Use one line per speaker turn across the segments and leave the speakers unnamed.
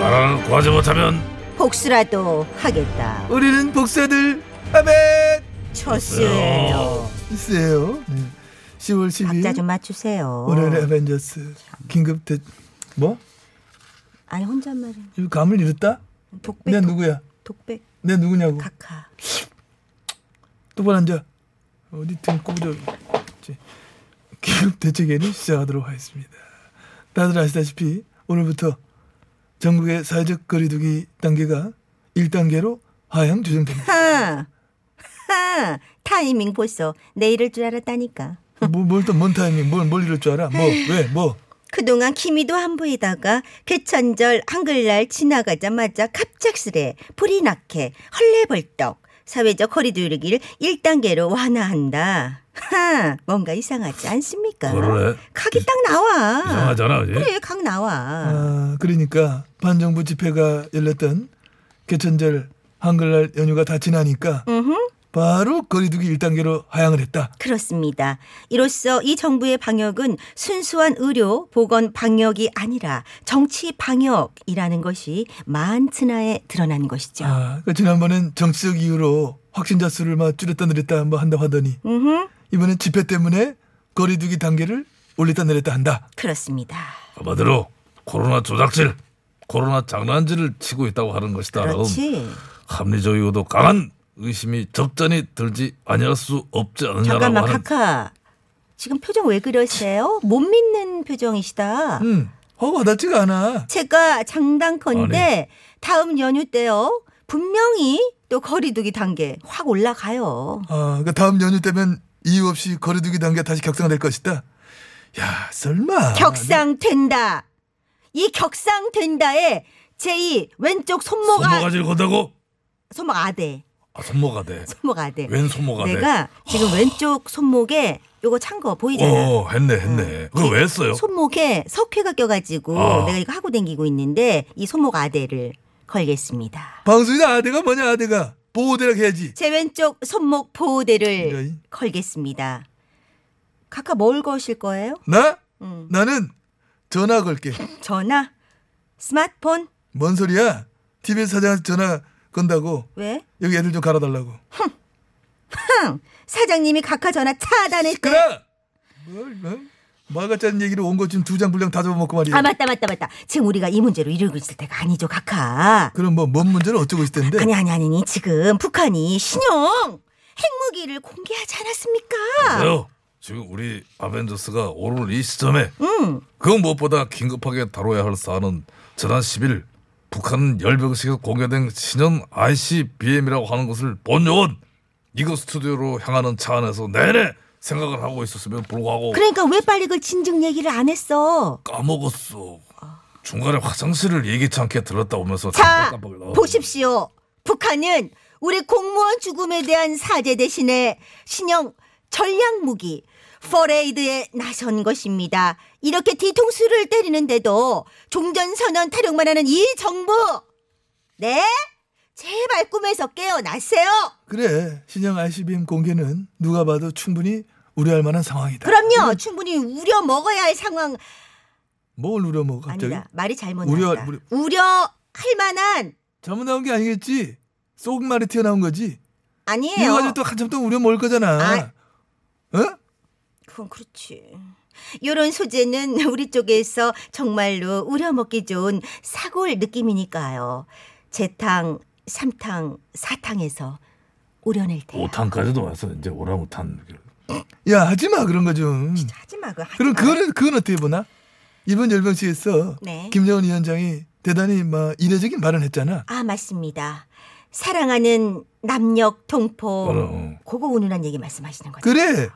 나라를 구하지 못하면
복수라도 하겠다.
우리는 복수들 아멘
쳤어요.
있어요. 네. 10월 12일
박자 좀 맞추세요.
오늘의 어벤져스 긴급 대 뭐?
아니 혼잣말은
이 감을 잃었다?
독백.
내
독-
누구야?
독백.
내 누구냐고?
카카.
똑바로 앉아. 어디 등 꼬부려. 있지. 긴급 대책회를 시작하도록 하겠습니다. 다들 아시다시피 오늘부터 전국의 사회적 거리두기 단계가 1단계로 하향 조정됩니다.
하. 하. 타이밍 벌써 내일을 줄 알았다니까.
뭐, 뭘또뭔 타이밍, 뭘, 뭘 이럴 줄 알아? 뭐, 왜, 뭐.
그동안 기미도 안 보이다가 개천절 한글날 지나가자마자 갑작스레 불이 나게 헐레벌떡 사회적 거리두기를 1단계로 완화한다. 하, 뭔가 이상하지 않습니까?
그래.
각이 딱 나와.
이상하잖아. 그지?
그래, 각 나와.
아, 그러니까 반정부 집회가 열렸던 개천절 한글날 연휴가 다 지나니까 바로 거리두기 1단계로 하향을 했다.
그렇습니다. 이로써 이 정부의 방역은 순수한 의료, 보건 방역이 아니라 정치 방역이라는 것이 만츠나에 드러난 것이죠.
아, 그 지난번엔 정치적 이유로 확진자 수를 막 줄였다 늘렸다 뭐 한다 하더니
음흠,
이번엔 집회 때문에 거리두기 단계를 올렸다 내렸다 한다.
그렇습니다.
한마디로 코로나 조작질, 코로나 장난질을 치고 있다고 하는 것이다. 라는
그렇지.
합리적이고도 강한 의심이 접전이 들지 아니할 수 없지 않느냐라고
잠깐만
하는.
카카. 지금 표정 왜 그러세요? 못 믿는 표정이시다.
음, 어 와닿지가 않아.
제가 장담컨대 다음 연휴 때요. 분명히 또 거리두기 단계 확 올라가요.
아, 그 다음 연휴 때면 이유 없이 거리두기 단계 다시 격상될 것이다. 야, 설마.
격상된다. 이 격상된다에 제2 왼쪽 손목 아
손모가지를 건다고?
손목 아대.
아, 손모가 돼.
손목 아대.
왼 손모가 돼.
내가 지금 왼쪽 손목에 요거 찬 거 보이잖아.
어, 했네, 했네. 그거 왜 했어요?
손목에 석회가 껴가지고
아.
내가 이거 하고 댕기고 있는데 이 손목 아대를 걸겠습니다.
방송이나 아대가 뭐냐 아대가 보호대라 해야지.
제 왼쪽 손목 보호대를
이런.
걸겠습니다. 카카 뭘 거실 거예요?
나?
음.
나는 전화 걸게.
전화? 스마트폰?
뭔 소리야? TBS 사장한테 전화 건다고.
왜?
여기 애들 좀 갈아달라고.
흥! 사장님이 카카 전화 차단했대.
시끄러! 뭘, 뭘? 마가짜는 얘기로 온 것 지금 두 장 분량 다 잡아먹고 말이야.
아 맞다 맞다 맞다. 지금 우리가 이 문제로 이러고 있을 때가 아니죠 카카.
그럼 뭐, 뭔 문제를 어쩌고 있을 텐데.
아니 아니 아니 아니. 지금 북한이 신형 핵무기를 공개하지 않았습니까?
그래요. 지금 우리 아벤져스가 오늘 이 시점에
응.
그 무엇보다 긴급하게 다뤄야 할 사안은 지난 10일 북한 열병식에서 공개된 신형 ICBM이라고 하는 것을 본 요원 이거 스튜디오로 향하는 차 안에서 내내 생각을 하고 있었으면 불구하고
그러니까 왜 빨리 그 진즉 얘기를 안 했어?
까먹었어. 중간에 화장실을 예기치 않게 들렀다 오면서
자,
깜빡깜빡 나와.
보십시오. 북한은 우리 공무원 죽음에 대한 사죄 대신에 신형 전략 무기 퍼레이드에 나선 것입니다. 이렇게 뒤통수를 때리는데도 종전선언 타령만 하는 이 정부, 네, 제발 꿈에서 깨어나세요.
그래. 신형 ICBM 공개는 누가 봐도 충분히 우려할 만한 상황이다.
그럼요, 충분히 우려 먹어야 할 상황
뭘 우려 먹어, 갑자기?
아니다. 말이 잘못
우려-
나왔다.
우려-
우려할 만한
잘못 나온 게 아니겠지? 속말이 튀어나온 거지? 이거
아니에요.
가지고 또 한참 동안 우려 먹을 거잖아. 어?
그건 그렇지. 요런 소재는 우리 쪽에서 정말로 우려먹기 좋은 사골 느낌이니까요. 재탕, 삼탕, 사탕에서 우려낼 때.
오탄까지도 와서 이제 오랑우탄
야, 하지 마, 그런 거 좀.
하지 마, 그거 하지
그럼
마.
그거는 그건 어떻게 보나? 이번 열병식에서
네.
김정은 위원장이 대단히 막 이례적인 발언을 했잖아.
아, 맞습니다. 사랑하는 남녘 동포.
그럼.
그거 운운한 얘기 말씀하시는 거죠.
그래.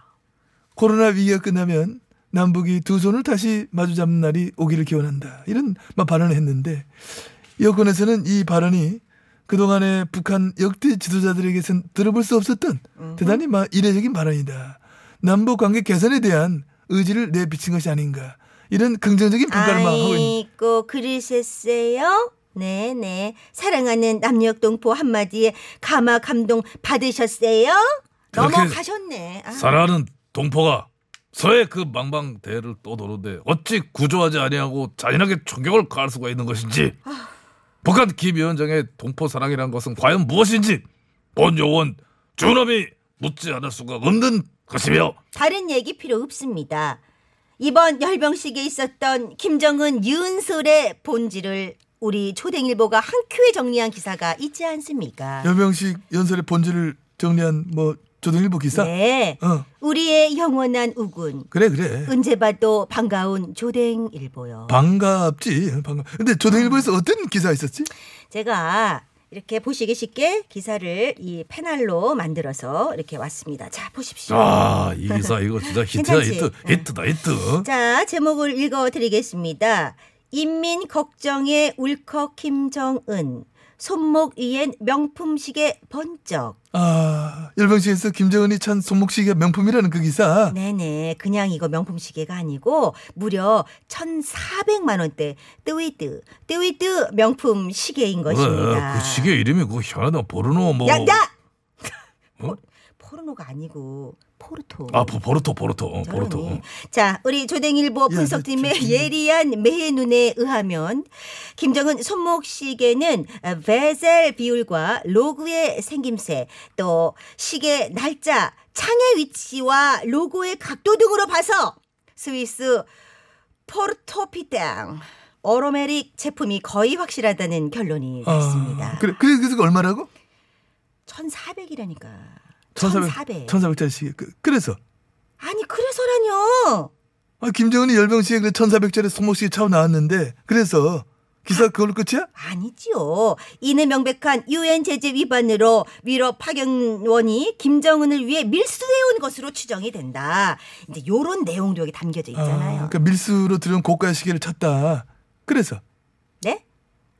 코로나 위기가 끝나면 남북이 두 손을 다시 마주 잡는 날이 오기를 기원한다. 이런 막 발언을 했는데 여권에서는 이 발언이 그동안의 북한 역대 지도자들에게선 들어볼 수 없었던 대단히 막 이례적인 발언이다. 남북 관계 개선에 대한 의지를 내비친 것이 아닌가. 이런 긍정적인 평가를 막 하고 있는.
아이고 그러셨어요? 네네 사랑하는 남녘동포 한마디에 가마 감동 받으셨어요?
그렇게
넘어가셨네. 아.
사랑하는 동포가 서해 그 망방 대해를 떠도는데 어찌 구조하지 아니하고 잔인하게 총격을 가할 수가 있는 것인지 북한 김 위원장의 동포 사랑이란 것은 과연 무엇인지 본 요원 준엄이 묻지 않을 수가 없는 것이며
다른 얘기 필요 없습니다. 이번 열병식에 있었던 김정은 유은솔의 본질을 우리 초댕일보가 한 큐에 정리한 기사가 있지 않습니까?
아. 여명식 연설의 본질을 정리한 뭐 조동일보 기사.
네.
어
우리의 영원한 우군.
그래 그래.
언제 봐도 반가운 조댕일보요.
반갑지 반가. 근데 조동일보에서
아.
어떤 기사 있었지?
제가 이렇게 보시기 쉽게 기사를 이 패널로 만들어서 이렇게 왔습니다. 자, 보십시오.
아이 기사 이거 진짜 히트다
괜찮지? 네.
히트 히트다 히트
자, 제목을 읽어드리겠습니다. 인민 걱정에 울컥 김정은. 손목 위엔 명품시계 번쩍.
아 열병식에서 김정은이 찬 손목시계 명품이라는 그 기사.
네네. 그냥 이거 명품시계가 아니고 무려 1,400만 원대 뜨위뜨, 뜨위뜨 명품시계인 것입니다.
그 시계 이름이 그 현하다 보르노 뭐
야, 야!
어?
포르노가 아니고 포르토.
아 보- 보르토 보르토 어, 보르토
저러니. 자, 우리 조댕일보
야,
분석팀의
나 좀-
예리한 매의 눈에 의하면 김정은 손목 시계는 베젤 비율과 로그의 생김새, 또 시계 날짜, 창의 위치와 로고의 각도 등으로 봐서 스위스 포르토피땅 어로메릭 제품이 거의 확실하다는 결론이 났습니다.
아, 그래 그래 그래서 얼마라고?
1,400이라니까.
1,400. 1,400짜리 시계. 그, 그래서
아니 그래서라뇨.
아, 김정은이 열병식에 그 1,400짜리 손목시계 차고 나왔는데 그래서 기사 그걸로 끝이야?
아니지요. 이는 명백한 유엔 제재 위반으로 위로 파견원이 김정은을 위해 밀수해온 것으로 추정이 된다. 이제 요런 내용도 여기 담겨져
아,
있잖아요.
그러니까 밀수로 들은 고가 시계를 찾다. 그래서
네?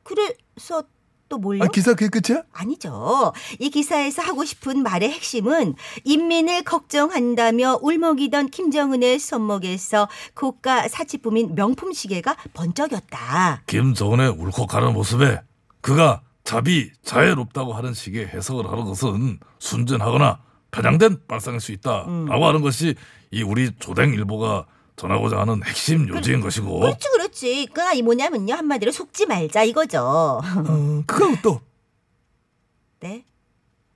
그래서 또 뭘요?
아 기사 그게 끝이야?
아니죠. 이 기사에서 하고 싶은 말의 핵심은 인민을 걱정한다며 울먹이던 김정은의 손목에서 고가 사치품인 명품 시계가 번쩍였다.
김정은의 울컥하는 모습에 그가 자비 자애롭다고 하는 식의 해석을 하는 것은 순전하거나 편향된 발상일 수 있다라고 하는 것이 이 우리 조댕일보가 전하고자 하는 핵심 요지인
어?
것이고
그렇지 그렇지. 그러니까 이 뭐냐면요 한마디로 속지 말자 이거죠.
어, 그거 또.
네?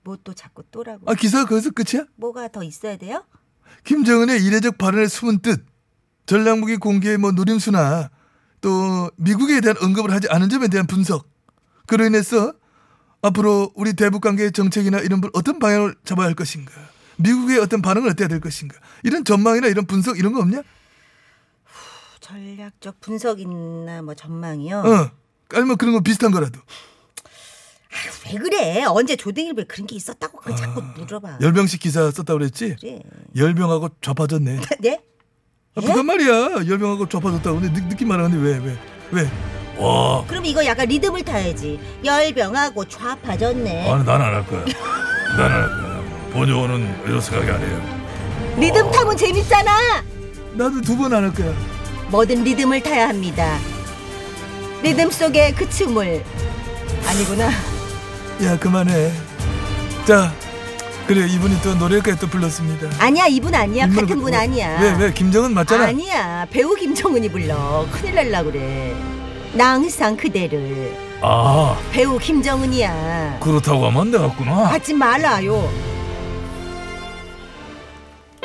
뭐 또 자꾸 또라고.
아 기사가 거기서 끝이야?
뭐가 더 있어야 돼요?
김정은의 이례적 발언의 숨은 뜻, 전략무기 공개의 뭐 노림수나 또 미국에 대한 언급을 하지 않은 점에 대한 분석. 그로 인해서 앞으로 우리 대북 관계 정책이나 이런 분 어떤 방향을 잡아야 할 것인가? 미국의 어떤 반응을 어때야 될 것인가? 이런 전망이나 이런 분석 이런 거 없냐?
전략적 분석이나 뭐 전망이요.
어. 아니면 그런 거 비슷한 거라도
왜 그래? 언제 조등일보에 그런 게 있었다고 그걸 자꾸 물어봐.
아,
예.
열병식 기사 썼다 고 그랬지?
그래.
열병하고 좌파졌네.
네?
아, 그건 말이야. 열병하고 좌파졌다고 근데 느, 느낌 말하는데 왜 왜 왜?
와
그럼 이거 약간 리듬을 타야지. 열병하고 좌파졌네.
어?
아니 난 안 할 거야 난 안 할 거야 본요원은 이런 생각이 아니에요
리듬 타면 재밌잖아.
나도 두 번 안 할 거야.
뭐든 리듬을 타야 합니다. 리듬 속의 그 춤을 아니구나.
야 그만해. 자 그래 이분이 또 노래까지 또 불렀습니다.
아니야 이분 아니야
인물
같은 분
그-
아니야.
왜 왜 김정은 맞잖아.
아니야 배우 김정은이 불러 큰일 날라 그래 나 항상 그대를
아
배우 김정은이야
아.
그렇다고 하면 안 되겠구나
하지 말아요